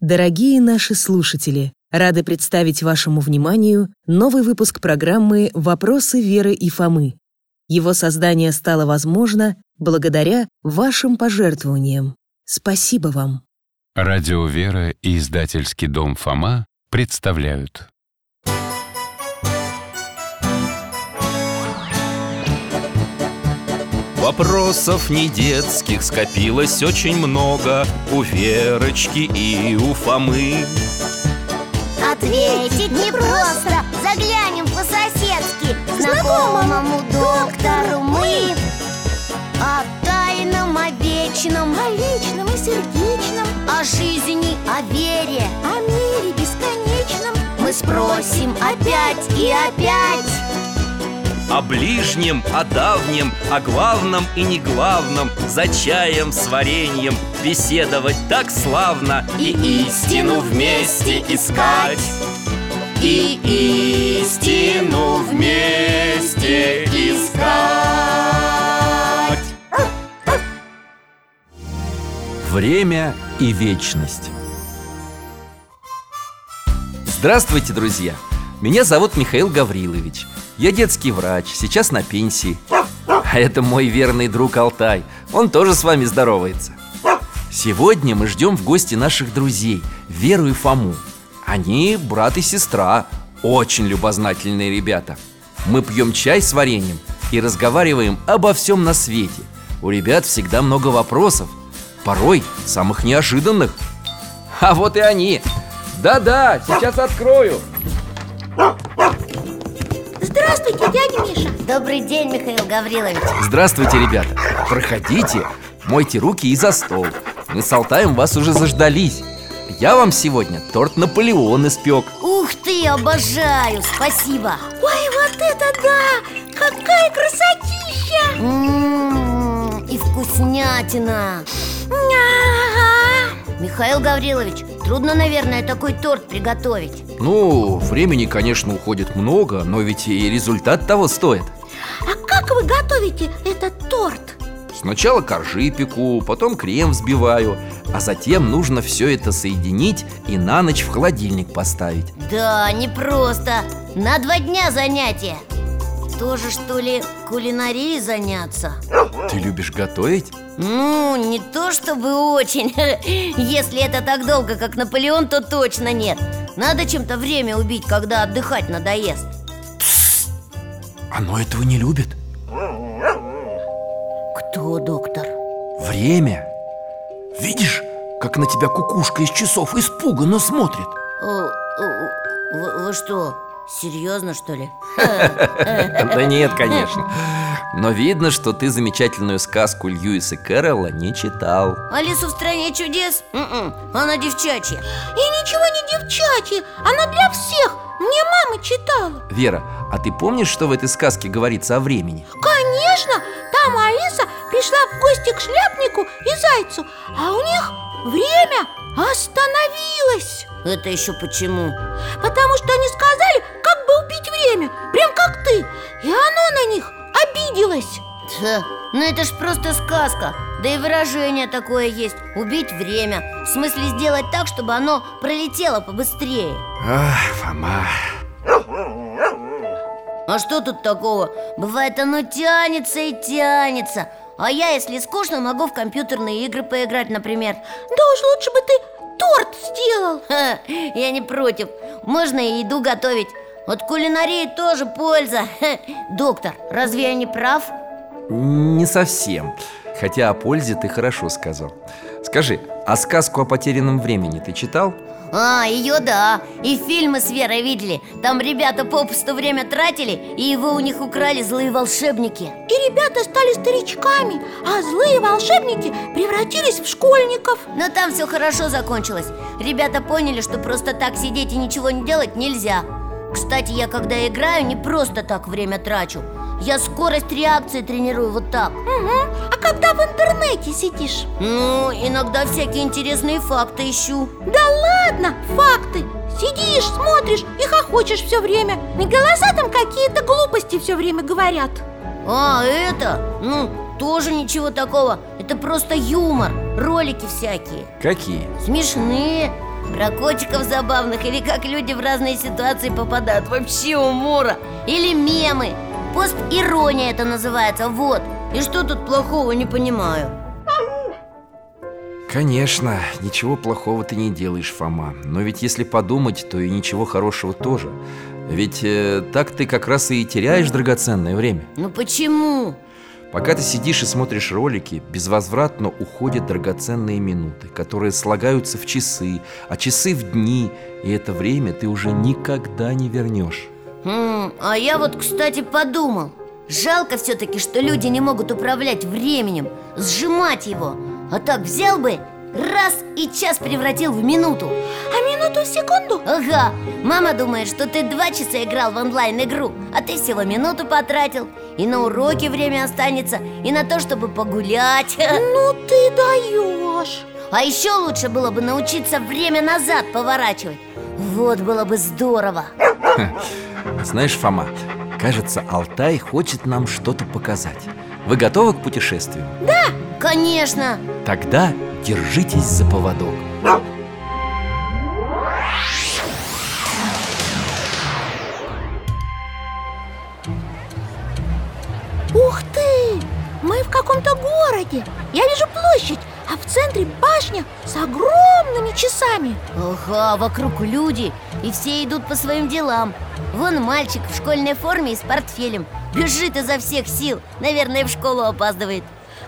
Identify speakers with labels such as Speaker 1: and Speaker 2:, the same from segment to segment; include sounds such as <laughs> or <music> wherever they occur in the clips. Speaker 1: Дорогие наши слушатели, рады представить вашему вниманию новый выпуск программы «Вопросы Веры и Фомы». Его создание стало возможно благодаря вашим пожертвованиям. Спасибо вам!
Speaker 2: Радио «Вера» и издательский дом «Фома» представляют.
Speaker 3: Вопросов не детских скопилось очень много У Верочки и у Фомы
Speaker 4: Ответить непросто Заглянем по-соседски к Знакомому доктору мы О тайном, о вечном О личном и сердечном О жизни, о вере О мире бесконечном Мы спросим опять и опять
Speaker 3: О ближнем, о давнем, о главном и не главном За чаем с вареньем беседовать так славно
Speaker 4: И истину вместе искать.
Speaker 3: И истину вместе искать
Speaker 5: Время и вечность Здравствуйте, друзья! Меня зовут Михаил Гаврилович Я детский врач, сейчас на пенсии А это мой верный друг Алтай Он тоже с вами здоровается Сегодня мы ждем в гости наших друзей Веру и Фому Они брат и сестра Очень любознательные ребята Мы пьем чай с вареньем И разговариваем обо всем на свете У ребят всегда много вопросов Порой самых неожиданных А вот и они Да-да, сейчас открою
Speaker 6: Здравствуйте, дядя Миша
Speaker 4: Добрый день, Михаил Гаврилович
Speaker 5: Здравствуйте, ребята! Проходите, мойте руки и за стол Мы с Алтаем вас уже заждались Я вам сегодня торт Наполеон испек
Speaker 4: Ух ты, обожаю, спасибо
Speaker 6: Ой, вот это да! Какая красотища!
Speaker 4: М, М-м-м, И вкуснятина
Speaker 6: Ня.
Speaker 4: Михаил Гаврилович, трудно, наверное, такой торт приготовить
Speaker 5: Ну, времени, конечно, уходит много Но ведь и результат того стоит
Speaker 6: А как вы готовите этот торт?
Speaker 5: Сначала коржи пеку, потом крем взбиваю А затем нужно все это соединить и на ночь в холодильник поставить
Speaker 4: Да, непросто На два дня занятия Тоже, что ли, кулинарией заняться?
Speaker 5: Ты любишь готовить?
Speaker 4: Ну, не то чтобы очень <laughs> Если это так долго, как Наполеон, то точно нет Надо чем-то время убить, когда отдыхать надоест
Speaker 5: Оно этого не любит
Speaker 4: Кто, доктор?
Speaker 5: Время Видишь, как на тебя кукушка из часов испуганно смотрит
Speaker 4: О, о, Вы, вы что, серьезно, что ли? <laughs>
Speaker 5: Да нет, конечно Но видно, что ты замечательную сказку Льюиса Кэрролла не читал
Speaker 4: Алиса в стране чудес? М-м, она девчачья
Speaker 6: И ничего не девчачье, она для всех Мне мама читала
Speaker 5: Вера, а ты помнишь, что в этой сказке говорится о времени?
Speaker 6: Конечно, там Алиса пришла в гости к шляпнику и зайцу А у них время остановилось
Speaker 4: Это еще почему?
Speaker 6: Потому что они сказали, как бы убить время Прям как ты И оно на них обиделось
Speaker 4: Ха, ну это ж просто сказка Да и выражение такое есть Убить время В смысле сделать так, чтобы оно пролетело побыстрее
Speaker 5: Ах, Фома
Speaker 4: А что тут такого? Бывает оно тянется и тянется А я, если скучно, могу в компьютерные игры поиграть, например
Speaker 6: Да уж лучше бы ты торт сделал
Speaker 4: Ха, я не против Можно и еду готовить От кулинарии тоже польза Хе. Доктор, разве я не прав?
Speaker 5: Не совсем Хотя о пользе ты хорошо сказал Скажи, а сказку о потерянном времени ты читал?
Speaker 4: А, ее да И фильмы с Верой видели Там ребята попусту время тратили И его у них украли злые волшебники
Speaker 6: И ребята стали старичками, а злые волшебники превратились в школьников
Speaker 4: Но там все хорошо закончилось Ребята поняли, что просто так сидеть и ничего не делать нельзя Кстати, я когда играю, не просто так время трачу Я скорость реакции тренирую вот так
Speaker 6: Мгм. А когда в интернете сидишь?
Speaker 4: Ну, иногда всякие интересные факты ищу
Speaker 6: Да ладно, факты Сидишь, смотришь и хохочешь все время И голоса там какие-то глупости все время говорят
Speaker 4: А, это? Ну, тоже ничего такого Это просто юмор, ролики всякие
Speaker 5: Какие?
Speaker 4: Смешные Про котиков забавных или как люди в разные ситуации попадают Вообще умора Или мемы Пост-ирония это называется, вот И что тут плохого, не понимаю
Speaker 5: Конечно, ничего плохого ты не делаешь, Фома Но ведь если подумать, то и ничего хорошего тоже Ведь э, так ты как раз и теряешь драгоценное время
Speaker 4: Ну почему?
Speaker 5: Пока ты сидишь и смотришь ролики, безвозвратно уходят драгоценные минуты, которые слагаются в часы, а часы в дни, и это время ты уже никогда не вернешь.
Speaker 4: М, а я вот, кстати, подумал Жалко все-таки, что люди не могут управлять временем Сжимать его А так взял бы, раз и час превратил в минуту
Speaker 6: А минуту в секунду?
Speaker 4: Ага, мама думает, что ты два часа играл в онлайн-игру А ты всего минуту потратил И на уроки время останется И на то, чтобы погулять <laughs>
Speaker 6: Ну ты даешь
Speaker 4: А еще лучше было бы научиться время назад поворачивать Вот было бы здорово
Speaker 5: Знаешь, Фома, кажется, Алтай хочет нам что-то показать. Вы готовы к путешествию?
Speaker 4: Конечно,
Speaker 5: Тогда держитесь за поводок.
Speaker 6: Ух ты! Мы в каком-то городе Я вижу площадь, а в центре башня с огромными часами
Speaker 4: Ага, вокруг люди, и все идут по своим делам. Вон мальчик в школьной форме и с портфелем. Бежит изо всех сил, наверное, в школу опаздывает.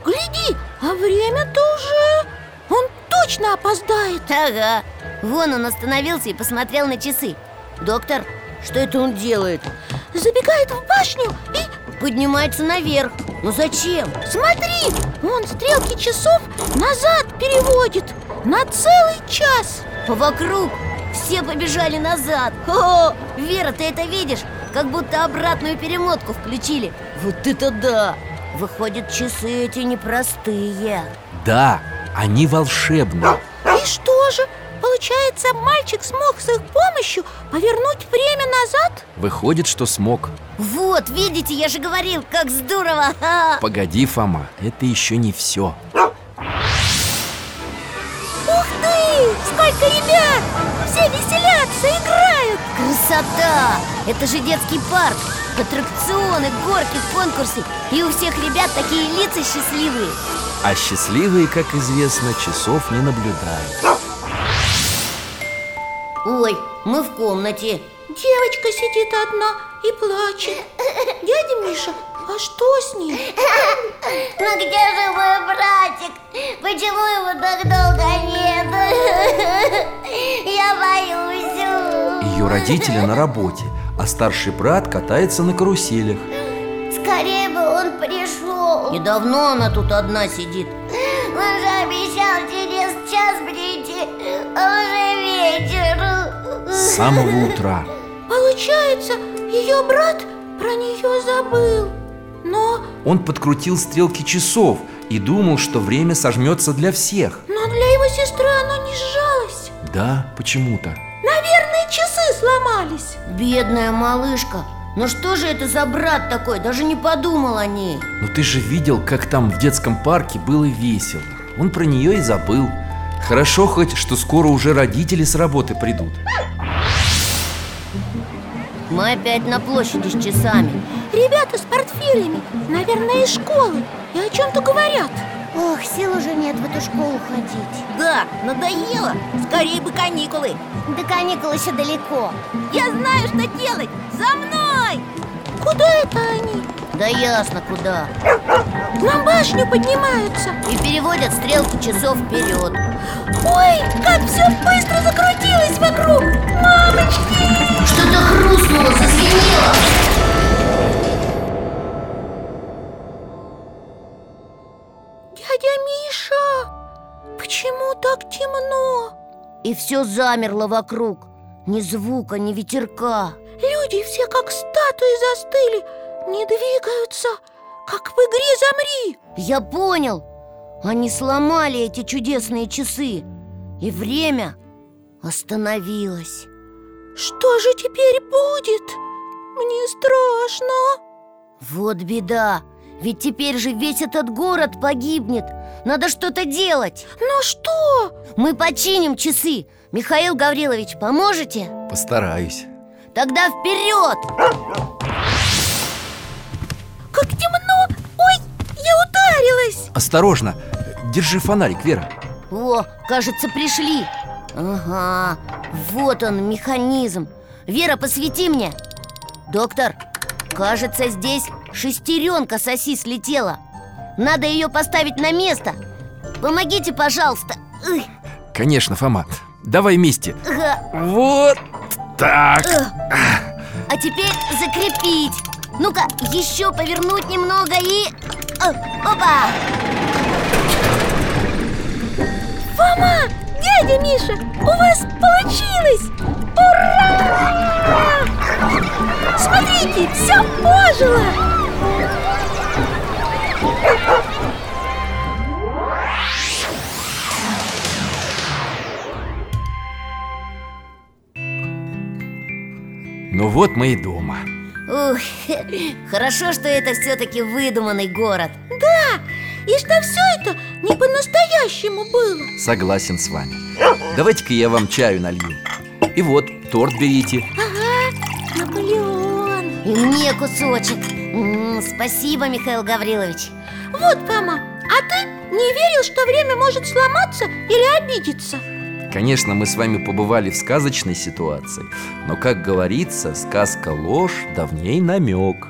Speaker 6: Гляди, а время-то уже... Он точно опоздает
Speaker 4: Ага, а, вон он остановился и посмотрел на часы. Доктор, что это он делает?
Speaker 6: Забегает в башню и...
Speaker 4: Поднимается наверх. Ну зачем?
Speaker 6: Смотри, он стрелки часов назад переводит На целый час
Speaker 4: Вокруг все побежали назад. О, Вера, ты это видишь? Как будто обратную перемотку включили. Вот это да! Выходят, часы эти непростые.
Speaker 5: Да, они волшебны.
Speaker 6: И что же? Получается, мальчик смог с их помощью повернуть время назад?
Speaker 5: Выходит, что смог.
Speaker 4: Вот, видите, я же говорил, как здорово! Ха!
Speaker 5: Погоди, Фома, это еще не все.
Speaker 6: Ух ты! Сколько ребят! Все веселятся, играют!
Speaker 4: Красота! Это же детский парк! Аттракционы, горки, конкурсы И у всех ребят такие лица счастливые
Speaker 5: А счастливые, как известно, часов не наблюдают.
Speaker 4: Ой, мы в комнате
Speaker 6: Девочка сидит одна и плачет Дядя Миша, а что с ней?
Speaker 4: Ну где же мой братик? Почему его так долго нет? <laughs> Я боюсь
Speaker 5: Ее родители на работе, а старший брат катается на каруселях.
Speaker 7: Скорее бы он пришел
Speaker 4: И давно она тут одна сидит
Speaker 7: Он же обещал через час прийти А уже вечер
Speaker 5: С самого утра.
Speaker 6: Получается, ее брат про нее забыл Но,
Speaker 5: Он подкрутил стрелки часов и думал, что время сожмется для всех.
Speaker 6: но для его сестры оно не сжалось
Speaker 5: Да, почему-то.
Speaker 6: Наверное, часы сломались
Speaker 4: Бедная малышка Ну что же это за брат такой? Даже не подумал о ней
Speaker 5: Но ты же видел, как там в детском парке было весело. Он про нее и забыл. Хорошо хоть, что скоро уже родители с работы придут.
Speaker 4: Мы опять на площади с часами
Speaker 6: Ребята с портфелями, наверное, из школы И о чем-то говорят
Speaker 7: Ох, сил уже нет в эту школу ходить
Speaker 4: Да, надоело Скорее бы каникулы
Speaker 7: До каникул еще далеко
Speaker 4: Я знаю, что делать! За мной!
Speaker 6: Куда это они?
Speaker 4: Да ясно, куда
Speaker 6: На башню поднимаются
Speaker 4: И переводят стрелки часов вперед
Speaker 6: Ой, как все быстро закрутилось вокруг Мамочки!
Speaker 4: Что-то хрустнуло, зазвенело
Speaker 6: Дядя Миша, почему так темно?
Speaker 4: И все замерло вокруг Ни звука, ни ветерка
Speaker 6: Люди все как статуи застыли Не двигаются, как в игре «Замри»
Speaker 4: Я понял Они сломали эти чудесные часы И время остановилось
Speaker 6: Что же теперь будет? Мне страшно
Speaker 4: Вот беда Ведь теперь же весь этот город погибнет Надо что-то делать
Speaker 6: Но Ну что?
Speaker 4: Мы починим часы Михаил Гаврилович, поможете?
Speaker 5: Постараюсь.
Speaker 4: Тогда вперед!
Speaker 6: Как темно! Ой, я ударилась!
Speaker 5: Осторожно. Держи фонарик, Вера.
Speaker 4: О, кажется, пришли Ага, вот он, механизм Вера, посвети мне Доктор, кажется, здесь шестеренка соси слетела Надо ее поставить на место Помогите, пожалуйста Ой,
Speaker 5: Конечно, Фома. Давай вместе.
Speaker 4: ага.
Speaker 5: Вот так.
Speaker 4: А теперь закрепить Ну-ка, еще повернуть немного и... О, опа!
Speaker 6: Фома! Дядя Миша, у вас получилось! Ура! Смотрите, все пожило!
Speaker 5: Ну вот мы и дома.
Speaker 4: Ух, <laughs> хорошо, что это все-таки выдуманный город
Speaker 6: И что все это не по-настоящему было
Speaker 5: Согласен с вами. Давайте-ка я вам чаю налью. И вот, торт берите.
Speaker 6: Ага, Наполеон
Speaker 4: И мне кусочек М, Спасибо, Михаил Гаврилович
Speaker 6: Вот, Фома, а ты не верил, что время может сломаться или обидеться?
Speaker 5: Конечно, мы с вами побывали в сказочной ситуации, но, как говорится, сказка ложь, да в ней намек.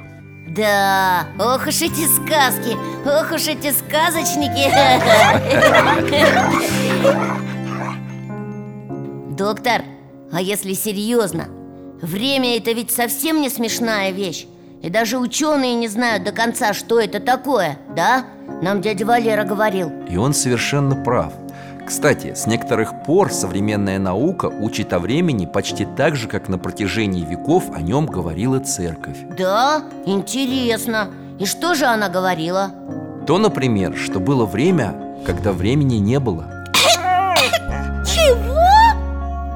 Speaker 4: Да, ох уж эти сказки, ох уж эти сказочники Доктор, а если серьезно? Время это ведь совсем не смешная вещь И даже ученые не знают до конца, что это такое, да? Нам дядя Валера говорил
Speaker 5: И он совершенно прав. Кстати, с некоторых пор современная наука учит о времени почти так же, как на протяжении веков о нем говорила церковь.
Speaker 4: Да, интересно И что же она говорила?
Speaker 5: То, например, что было время, когда времени не было.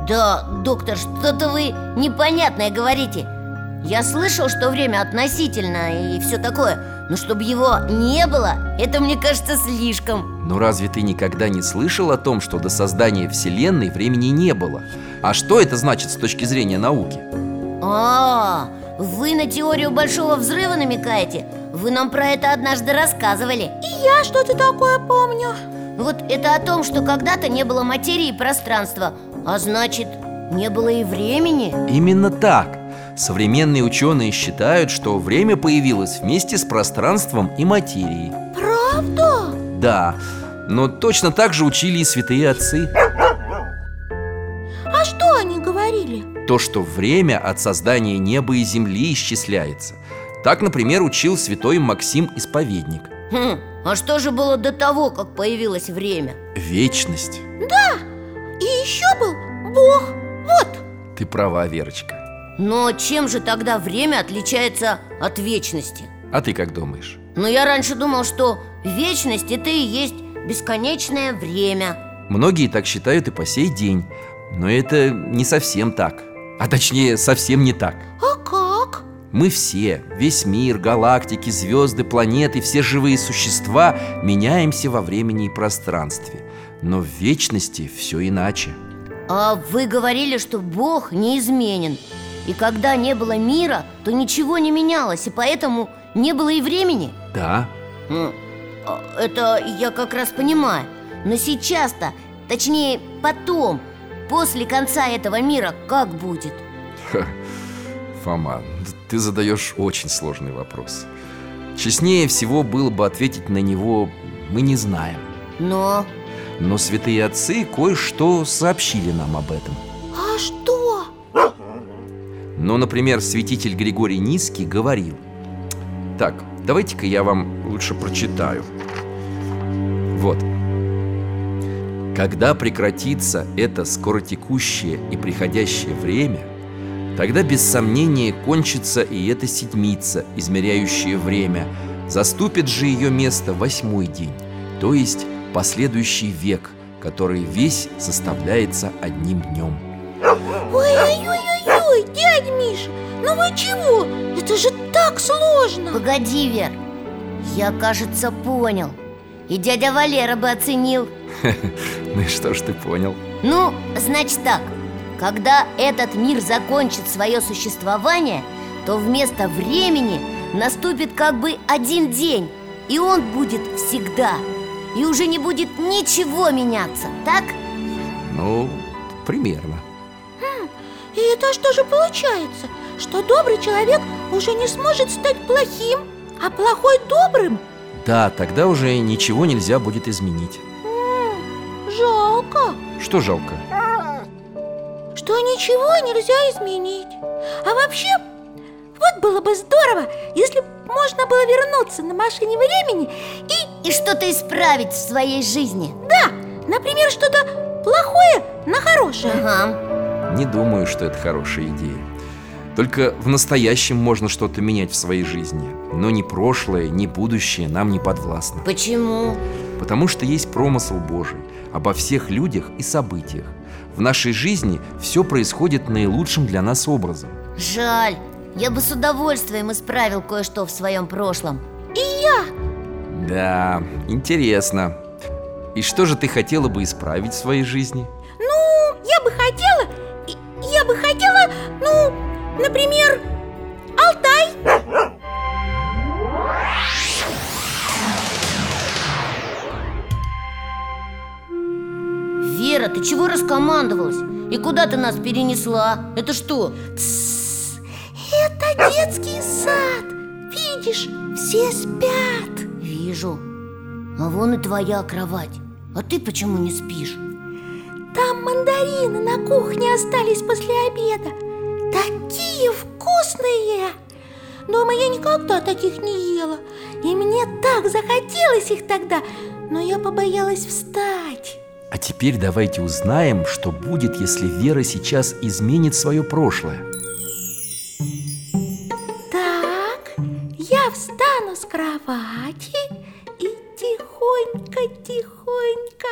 Speaker 4: Да, доктор, что-то вы непонятное говорите Я слышал, что время относительно и все такое Но чтобы его не было, это, мне кажется, слишком
Speaker 5: Но разве ты никогда не слышал о том, что до создания Вселенной времени не было? А что это значит с точки зрения науки?
Speaker 4: А, вы на теорию Большого Взрыва намекаете? Вы нам про это однажды рассказывали
Speaker 6: И я что-то такое помню
Speaker 4: Вот это о том, что когда-то не было материи и пространства А значит, не было и времени
Speaker 5: Именно так. Современные ученые считают, что время появилось вместе с пространством и материей.
Speaker 6: Правда?
Speaker 5: Да, но точно так же учили и святые отцы.
Speaker 6: А что они говорили?
Speaker 5: То, что время от создания неба и земли исчисляется. Так, например, учил святой Максим Исповедник.
Speaker 4: Хм, а что же было до того, как появилось время?
Speaker 5: Вечность.
Speaker 6: И еще был Бог Вот
Speaker 5: Ты права, Верочка.
Speaker 4: Но чем же тогда время отличается от вечности?
Speaker 5: А ты как думаешь?
Speaker 4: Но я раньше думал, что вечность это и есть бесконечное время.
Speaker 5: Многие так считают и по сей день. Но это не совсем так. А точнее, совсем не так.
Speaker 6: А как?
Speaker 5: Мы все, весь мир, галактики, звезды, планеты, все живые существа меняемся во времени и пространстве. Но в вечности все иначе.
Speaker 4: А вы говорили, что Бог неизменен. И когда не было мира, то ничего не менялось, и поэтому не было и времени.
Speaker 5: Да,
Speaker 4: М, а Это я как раз понимаю. Но сейчас-то, точнее, потом, после конца этого мира, как будет?
Speaker 5: Фома, ты задаешь очень сложный вопрос. Честнее всего было бы ответить на него «мы не знаем».
Speaker 4: Но
Speaker 5: Но святые отцы кое-что сообщили нам об этом.
Speaker 6: А что?
Speaker 5: Но, например, святитель Григорий Низкий говорил Так, давайте-ка я вам лучше прочитаю Вот Когда прекратится это скоротекущее и приходящее время Тогда без сомнения кончится и эта седмица, измеряющая время Заступит же ее место восьмой день То есть последующий век, который весь составляется одним днем <laughs>
Speaker 6: Ой-ой-ой-ой, дядя Миша, ну вы чего? Это же так сложно
Speaker 4: Погоди, Вер Я, кажется, понял И дядя Валера бы оценил
Speaker 5: Ну и что ж ты понял?
Speaker 4: Ну, значит так Когда этот мир закончит свое существование То вместо времени наступит как бы один день И он будет всегда И уже не будет ничего меняться, так?
Speaker 5: Ну, примерно
Speaker 6: И это что же получается? Что добрый человек уже не сможет стать плохим, а плохой добрым?
Speaker 5: Да, тогда уже ничего нельзя будет изменить
Speaker 6: М, жалко,
Speaker 5: Что жалко?
Speaker 6: что ничего нельзя изменить А вообще, вот было бы здорово, если б можно было вернуться на машине времени И,
Speaker 4: И что-то исправить в своей жизни
Speaker 6: да, например, что-то плохое на хорошее
Speaker 4: Ага,
Speaker 5: Не думаю, что это хорошая идея Только в настоящем можно что-то менять в своей жизни Но ни прошлое, ни будущее нам не подвластно
Speaker 4: почему?
Speaker 5: Потому что есть промысл Божий обо всех людях и событиях. В нашей жизни все происходит наилучшим для нас образом.
Speaker 4: Жаль, я бы с удовольствием исправил кое-что в своем прошлом
Speaker 5: Да, интересно. И что же ты хотела бы исправить в своей жизни?
Speaker 6: Ну, я бы хотела, и- я бы хотела, ну, например, Алтай
Speaker 4: Вера, ты чего раскомандовалась? И куда ты нас перенесла? Это что?
Speaker 6: Это детский сад Видишь, все спят
Speaker 4: Вижу А вон и твоя кровать А ты почему не спишь?
Speaker 6: Там мандарины на кухне остались после обеда Такие вкусные Дома я никогда таких не ела И мне так захотелось их тогда Но я побоялась встать
Speaker 5: А теперь давайте узнаем, что будет, если Вера сейчас изменит свое прошлое.
Speaker 6: Так, я встану с кровати и тихонько-тихонько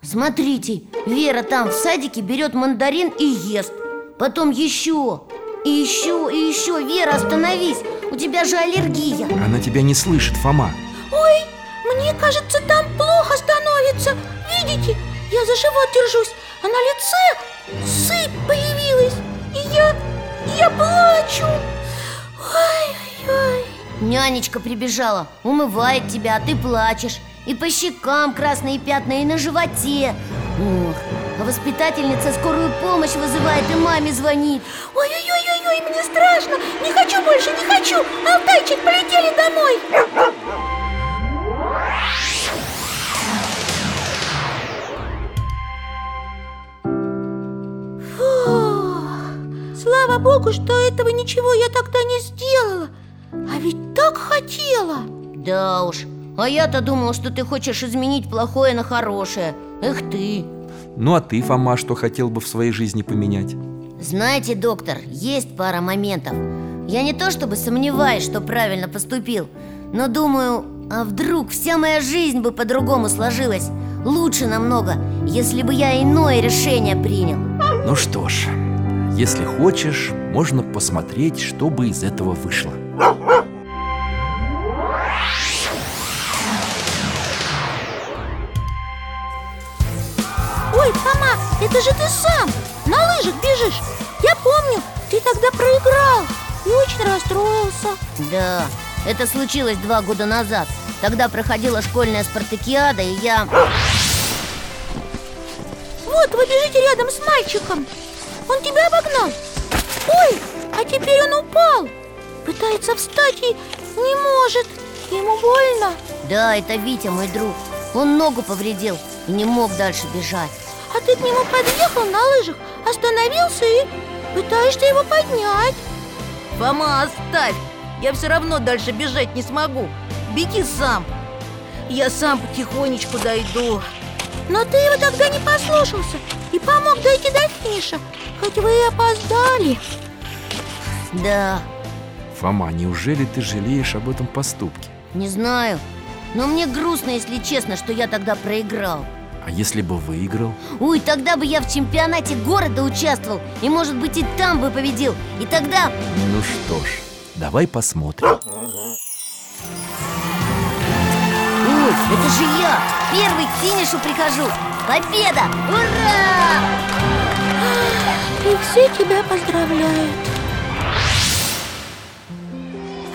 Speaker 4: Смотрите, Вера там в садике берет мандарин и ест Потом еще И еще, и еще Вера, остановись У тебя же аллергия
Speaker 5: Она тебя не слышит, Фома.
Speaker 6: Ой, мне кажется, там плохо становится Видите, я за живот держусь, а на лице сыпь появилась И я, я плачу Ой-ой-ой
Speaker 4: Нянечка прибежала, умывает тебя, а ты плачешь И по щекам красные пятна, и на животе Ох, а воспитательница скорую помощь вызывает и маме звонит
Speaker 6: Ой-ой-ой-ой, мне страшно! Не хочу больше, не хочу! Алтайчик, полетели домой! Фух, слава богу, что этого ничего я тогда не сделала А ведь так хотела
Speaker 4: Да уж, а я-то думал, что ты хочешь изменить плохое на хорошее Эх ты
Speaker 5: Ну а ты, Фома, что хотел бы в своей жизни поменять?
Speaker 4: Знаете, доктор, есть пара моментов Я не то чтобы сомневаюсь, что правильно поступил Но думаю, а вдруг вся моя жизнь бы по-другому сложилась Лучше намного, если бы я иное решение принял
Speaker 5: Ну что ж, если хочешь, можно посмотреть, что бы из этого вышло.
Speaker 6: Ой, Фома, это же ты сам на лыжах бежишь Я помню, ты тогда проиграл и очень расстроился
Speaker 4: Да, это случилось два года назад Тогда проходила школьная спартакиада, и я...
Speaker 6: Вот, вы бежите рядом с мальчиком Он тебя обогнал Ой, а теперь он упал Пытается встать и не может Ему больно
Speaker 4: Да, это Витя, мой друг Он ногу повредил и не мог дальше бежать
Speaker 6: А ты к нему подъехал на лыжах Остановился и пытаешься его поднять
Speaker 8: Фома, оставь! Я все равно дальше бежать не смогу. Беги сам. Я сам потихонечку дойду.
Speaker 6: Но ты его тогда не послушался И помог дойти до финиша Хоть вы и опоздали
Speaker 4: Да,
Speaker 5: Фома, неужели ты жалеешь об этом поступке?
Speaker 4: не знаю Но мне грустно, если честно, что я тогда проиграл
Speaker 5: А если бы выиграл?
Speaker 4: Ой, тогда бы я в чемпионате города участвовал И, может быть, и там бы победил И тогда...
Speaker 5: Ну что ж, давай посмотрим.
Speaker 4: Ой, Это же я! Первый к финишу прихожу! Победа! Ура!
Speaker 6: И все тебя поздравляют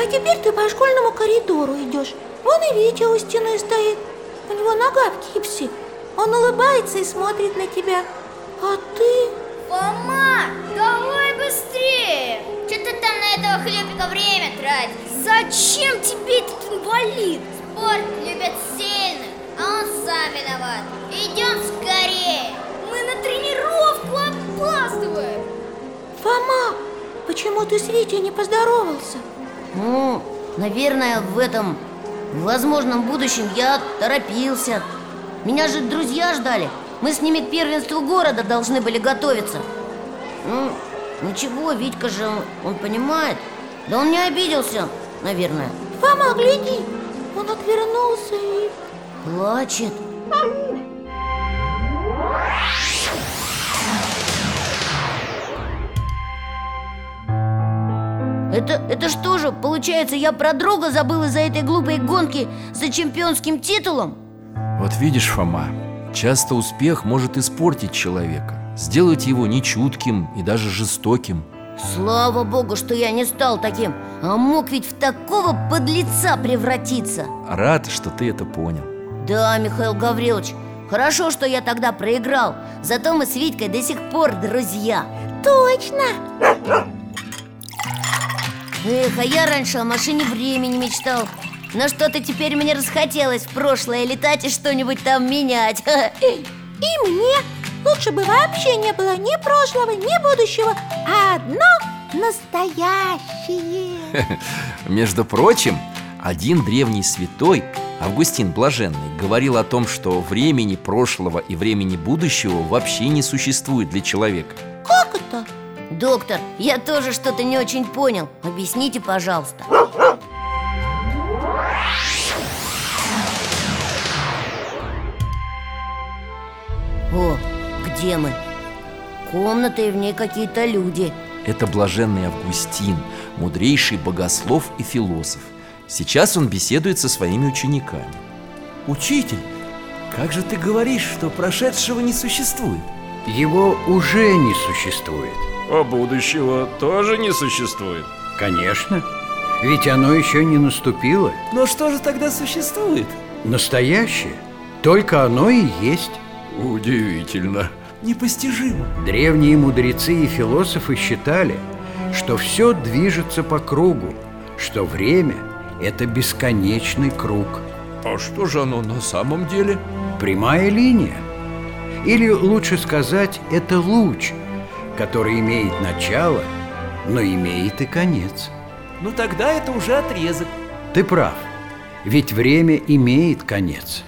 Speaker 6: А теперь ты по школьному коридору идешь Вон и Витя у стены стоит У него нога в гипсе Он улыбается и смотрит на тебя А ты...
Speaker 9: Мама, давай быстрее! Что ты там на этого хлебника время тратишь? Зачем тебе этот инвалид? Спорт любят сильных, а он сам виноват. Идем скорее! Мы на тренировку опаздываем!
Speaker 6: Фома, почему ты с Витей не поздоровался?
Speaker 4: Ну, наверное, в этом возможном будущем я торопился Меня же друзья ждали Мы с ними к первенству города должны были готовиться Ну, ничего, Витька же, он, он понимает Да он не обиделся, наверное
Speaker 6: Фома, гляди, он отвернулся и...
Speaker 4: Плачет Это, это что же, получается, я про друга забыл из-за этой глупой гонки за чемпионским титулом?
Speaker 5: Вот видишь, Фома, часто успех может испортить человека Сделать его нечутким и даже жестоким
Speaker 4: Слава богу, что я не стал таким А мог ведь в такого подлеца превратиться
Speaker 5: Рад, что ты это понял
Speaker 4: Да, Михаил Гаврилович, хорошо, что я тогда проиграл Зато мы с Витькой до сих пор друзья
Speaker 6: Точно!
Speaker 4: Эх, а я раньше о машине времени мечтал Но что-то теперь мне расхотелось в прошлое летать и что-нибудь там менять <laughs>
Speaker 6: И мне лучше бы вообще не было ни прошлого, ни будущего А одно настоящее
Speaker 5: Между прочим, один древний святой, Августин Блаженный, говорил о том, что времени прошлого и времени будущего вообще не существует для человека
Speaker 6: Как это?
Speaker 4: Доктор, я тоже что-то не очень понял Объясните, пожалуйста О, где мы? Комната и в ней какие-то люди
Speaker 5: Это блаженный Августин, мудрейший богослов и философ Сейчас он беседует со своими учениками Учитель, как же ты говоришь, что прошедшего не существует?
Speaker 10: Его уже не существует.
Speaker 11: А будущего тоже не существует.
Speaker 10: Конечно. Ведь оно еще не наступило.
Speaker 5: Но что же тогда существует?
Speaker 10: Настоящее. Только оно и есть.
Speaker 11: Удивительно.
Speaker 5: Непостижимо
Speaker 10: Древние мудрецы и философы считали, что все движется по кругу, что время – это бесконечный круг,
Speaker 11: А что же оно на самом деле?
Speaker 10: прямая линия. Или лучше сказать, это луч, который имеет начало, но имеет и конец.
Speaker 5: Ну тогда это уже отрезок
Speaker 10: Ты прав, ведь время имеет конец.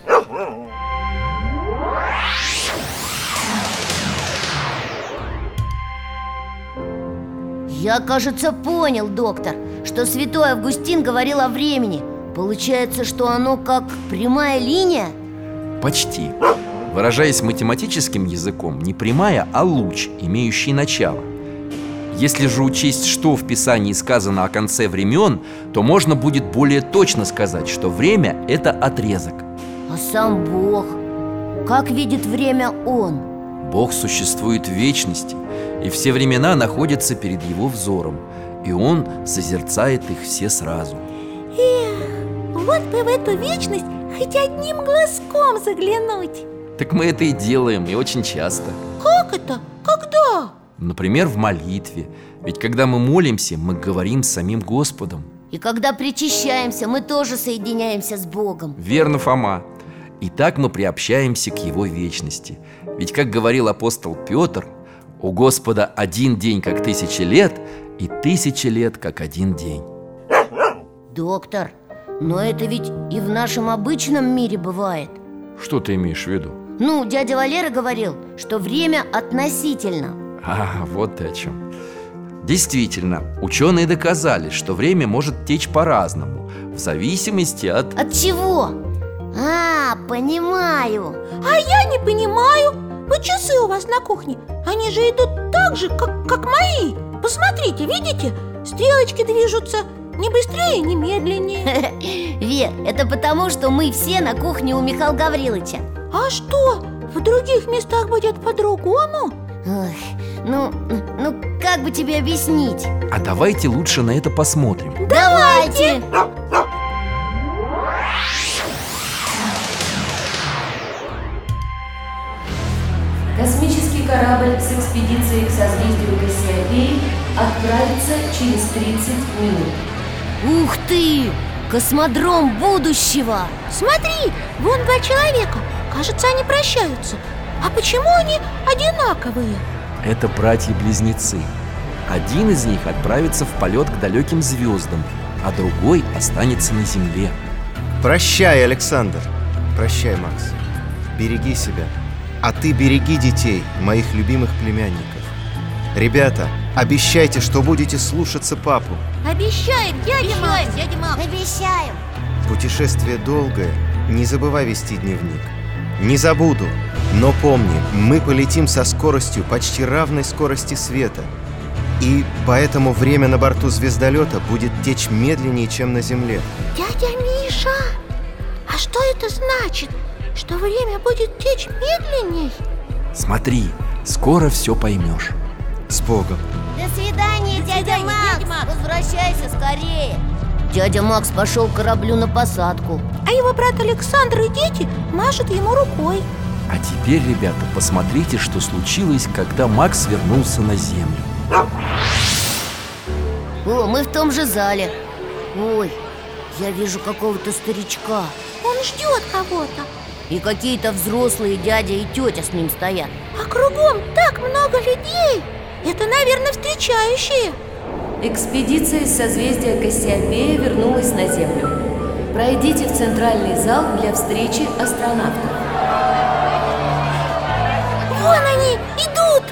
Speaker 4: Я, кажется, понял, доктор, что святой Августин говорил о времени Получается, что оно как прямая линия?
Speaker 5: Почти. Выражаясь математическим языком, не прямая, а луч, имеющий начало. Если же учесть, что в Писании сказано о конце времен, то можно будет более точно сказать, что время – это отрезок.
Speaker 4: А сам Бог, как видит время Он?
Speaker 5: Бог существует в вечности, и все времена находятся перед его взором, и он созерцает их все сразу.
Speaker 6: Эх, вот бы в эту вечность хоть одним глазком заглянуть
Speaker 5: Так мы это и делаем, и очень часто.
Speaker 6: Как это? Когда?
Speaker 5: Например, в молитве. Ведь когда мы молимся, мы говорим с самим Господом.
Speaker 4: И когда причащаемся, мы тоже соединяемся с Богом
Speaker 5: Верно, Фома. И так мы приобщаемся к его вечности. Ведь, как говорил апостол Петр, у Господа один день, как тысячи лет, и тысячи лет, как один день.
Speaker 4: Доктор, но это ведь и в нашем обычном мире бывает
Speaker 11: Что ты имеешь в виду?
Speaker 4: Ну, дядя Валера говорил, что время относительно
Speaker 5: А, вот ты о чем. Действительно, ученые доказали, что время может течь по-разному, в зависимости от...
Speaker 4: От чего? А, понимаю
Speaker 6: А я не понимаю Вы часы у вас на кухне Они же идут так же, как, как мои Посмотрите, видите? Стрелочки движутся Ни быстрее,
Speaker 4: <laughs>
Speaker 6: ни медленнее
Speaker 4: Вер, это потому, что мы все на кухне у Михаила Гавриловича
Speaker 6: А что, в других местах будет по-другому?
Speaker 4: Ой, ну, ну как бы тебе объяснить?
Speaker 5: А давайте лучше на это посмотрим
Speaker 4: Давайте!
Speaker 12: Космический корабль с экспедицией к созвездию Кассиопеи отправится через 30 минут.
Speaker 4: Ух ты! Космодром будущего!
Speaker 6: Смотри, вон два человека Кажется, они прощаются А почему они одинаковые?
Speaker 5: Это братья-близнецы Один из них отправится в полет к далеким звездам А другой останется на земле
Speaker 13: Прощай, Александр Прощай, Макс Береги себя А ты береги детей, моих любимых племянников Ребята, обещайте, что будете слушаться папу
Speaker 6: Обещаем, дядя Макс
Speaker 14: Дядя Макс Обещаем
Speaker 13: Путешествие долгое, не забывай вести дневник Не забуду, но помни, мы полетим со скоростью почти равной скорости света И поэтому время на борту звездолета будет течь медленнее, чем на Земле
Speaker 6: Дядя Миша, а что это значит? Что время будет течь медленней?
Speaker 5: Смотри, скоро все поймешь
Speaker 13: С Богом
Speaker 14: До свидания, А дядя, Макс. Возвращайся скорее
Speaker 4: Дядя Макс пошел к кораблю на посадку
Speaker 6: А его брат Александр и дети машут ему рукой
Speaker 5: А теперь, ребята, посмотрите, что случилось, когда Макс вернулся на землю
Speaker 4: О, мы в том же зале Ой, я вижу какого-то старичка
Speaker 6: Он ждет кого-то
Speaker 4: И какие-то взрослые дядя и тетя с ним стоят
Speaker 6: А кругом так много людей Это, наверное, встречающие
Speaker 12: Экспедиция из созвездия Кассиопея вернулась на Землю. Пройдите в центральный зал для встречи астронавтов.
Speaker 6: Вон они идут!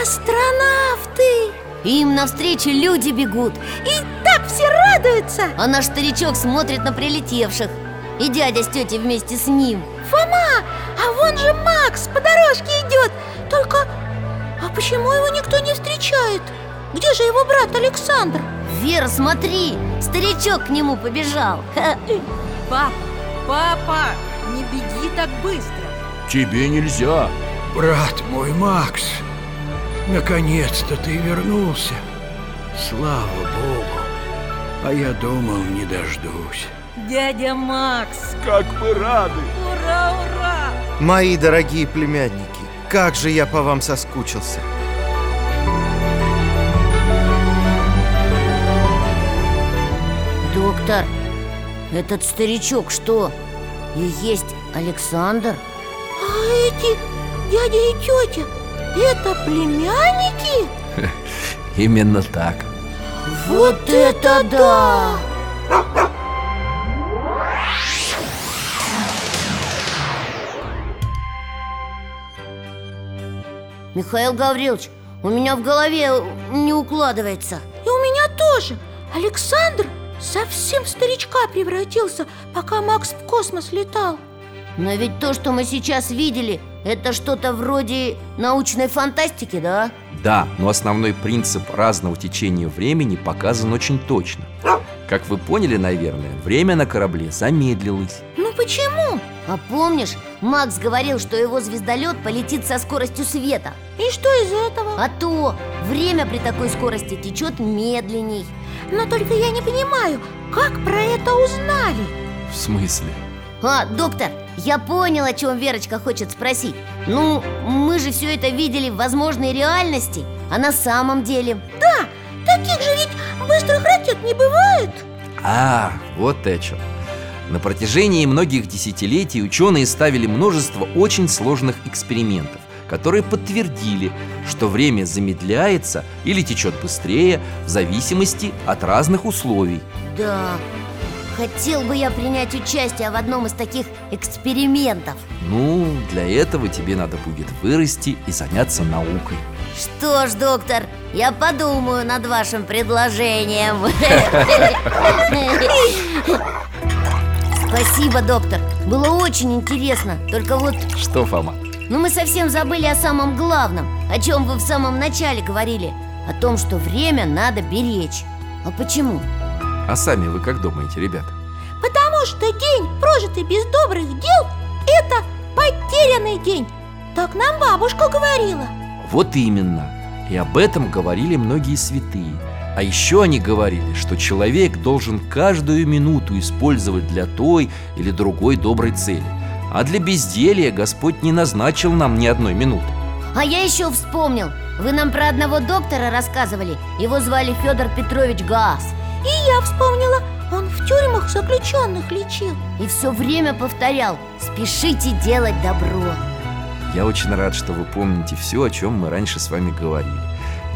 Speaker 6: Астронавты!
Speaker 4: Им навстречу люди бегут
Speaker 6: И так все радуются
Speaker 4: А наш старичок смотрит на прилетевших И дядя с тетей вместе с ним
Speaker 6: Фома, а вон же Макс по дорожке идет Только, а почему его никто не встречает? Где же его брат Александр?
Speaker 4: Вера, смотри, старичок к нему побежал
Speaker 8: Папа, папа, не беги так быстро
Speaker 11: Тебе нельзя
Speaker 10: Брат мой Макс, наконец-то ты вернулся. Слава Богу, а я думал, не дождусь.
Speaker 8: Дядя Макс,
Speaker 11: Как мы рады!
Speaker 8: ура, ура!
Speaker 13: Мои дорогие племянники, как же я по вам соскучился
Speaker 4: Доктор, этот старичок что? И есть Александр?
Speaker 6: А эти дядя и тетя, это племянники?
Speaker 5: Именно так
Speaker 4: Вот это да!
Speaker 6: А,
Speaker 4: Михаил Гаврилович, у меня в голове не укладывается
Speaker 6: И у меня тоже Александр совсем в старичка превратился, пока Макс в космос летал
Speaker 4: Но ведь то, что мы сейчас видели, это что-то вроде научной фантастики, да?
Speaker 5: Да, но основной принцип разного течения времени показан очень точно Как вы поняли, наверное, время на корабле замедлилось
Speaker 6: Ну почему?
Speaker 4: А помнишь, Макс говорил, что его звездолет полетит со скоростью света
Speaker 6: И что из этого?
Speaker 4: А то время при такой скорости течет медленней
Speaker 6: Но только я не понимаю, как про это узнали?
Speaker 5: В смысле?
Speaker 4: А, доктор, я понял, о чем Верочка хочет спросить Ну, мы же все это видели в возможной реальности, а на самом деле
Speaker 6: Да, таких же ведь быстрых ракет не бывает
Speaker 5: А, вот ты о чем. На протяжении многих десятилетий ученые ставили множество очень сложных экспериментов, которые подтвердили, что время замедляется или течет быстрее в зависимости от разных условий.
Speaker 4: Да, хотел бы я принять участие в одном из таких экспериментов
Speaker 5: Ну, для этого тебе надо будет вырасти и заняться наукой.
Speaker 4: Что ж, доктор, я подумаю над вашим предложением Спасибо, доктор, было очень интересно Только вот,
Speaker 5: Что, Фома?
Speaker 4: ну мы совсем забыли о самом главном О чем вы в самом начале говорили О том, что время надо беречь А почему?
Speaker 5: А сами вы как думаете, ребята?
Speaker 6: Потому что день, прожитый без добрых дел, это потерянный день. Так нам бабушка говорила.
Speaker 5: Вот именно. И об этом говорили многие святые. А еще они говорили, что человек должен каждую минуту использовать для той или другой доброй цели. А для безделия Господь не назначил нам ни одной минуты.
Speaker 4: А я еще вспомнил Вы нам про одного доктора рассказывали Его звали Федор Петрович Гаас
Speaker 6: И я вспомнила Он в тюрьмах заключенных лечил
Speaker 4: И все время повторял Спешите делать добро
Speaker 5: Я очень рад, что вы помните все, о чем мы раньше с вами говорили.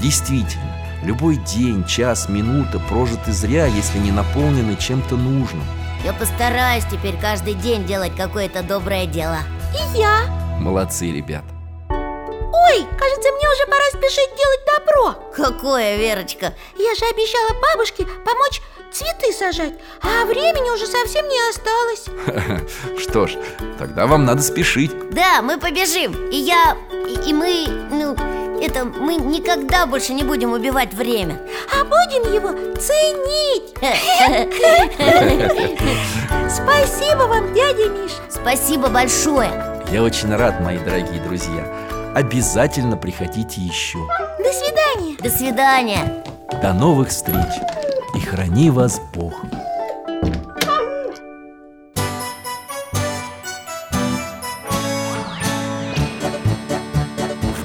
Speaker 5: Действительно, любой день, час, минута прожиты зря, если не наполнены чем-то нужным.
Speaker 4: Я постараюсь теперь каждый день делать какое-то доброе дело
Speaker 6: И я
Speaker 5: Молодцы, ребят.
Speaker 6: Ой, кажется, мне уже пора спешить делать добро
Speaker 4: Какое, Верочка?
Speaker 6: Я же обещала бабушке помочь цветы сажать А времени уже совсем не осталось
Speaker 5: <laughs> Что ж, тогда вам надо спешить.
Speaker 4: Да, мы побежим И я... И, и мы... Ну, это... Мы никогда больше не будем убивать время
Speaker 6: А будем его ценить Спасибо вам, дядя Миша
Speaker 4: Спасибо большое
Speaker 5: Я очень рад, мои дорогие друзья. Обязательно приходите еще.
Speaker 6: До свидания
Speaker 4: До свидания
Speaker 5: До новых встреч. И храни вас Бог.
Speaker 3: В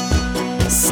Speaker 3: С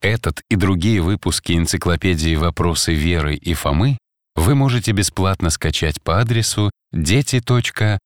Speaker 2: Этот и другие выпуски энциклопедии «Вопросы Веры и Фомы» вы можете бесплатно скачать по адресу дети.радиовера.ру.